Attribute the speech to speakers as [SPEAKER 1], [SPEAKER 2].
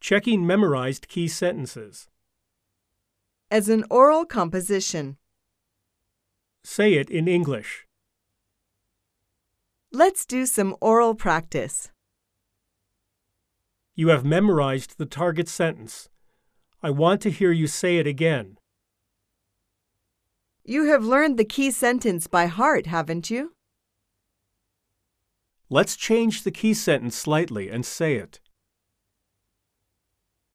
[SPEAKER 1] Checking memorized key sentences.
[SPEAKER 2] as an oral composition.
[SPEAKER 1] Say it in English.
[SPEAKER 2] Let's do some oral practice.
[SPEAKER 1] You have memorized the target sentence. I want to hear you say it again.
[SPEAKER 2] You have learned the key sentence by heart, haven't you?
[SPEAKER 1] Let's change the key sentence slightly and say it.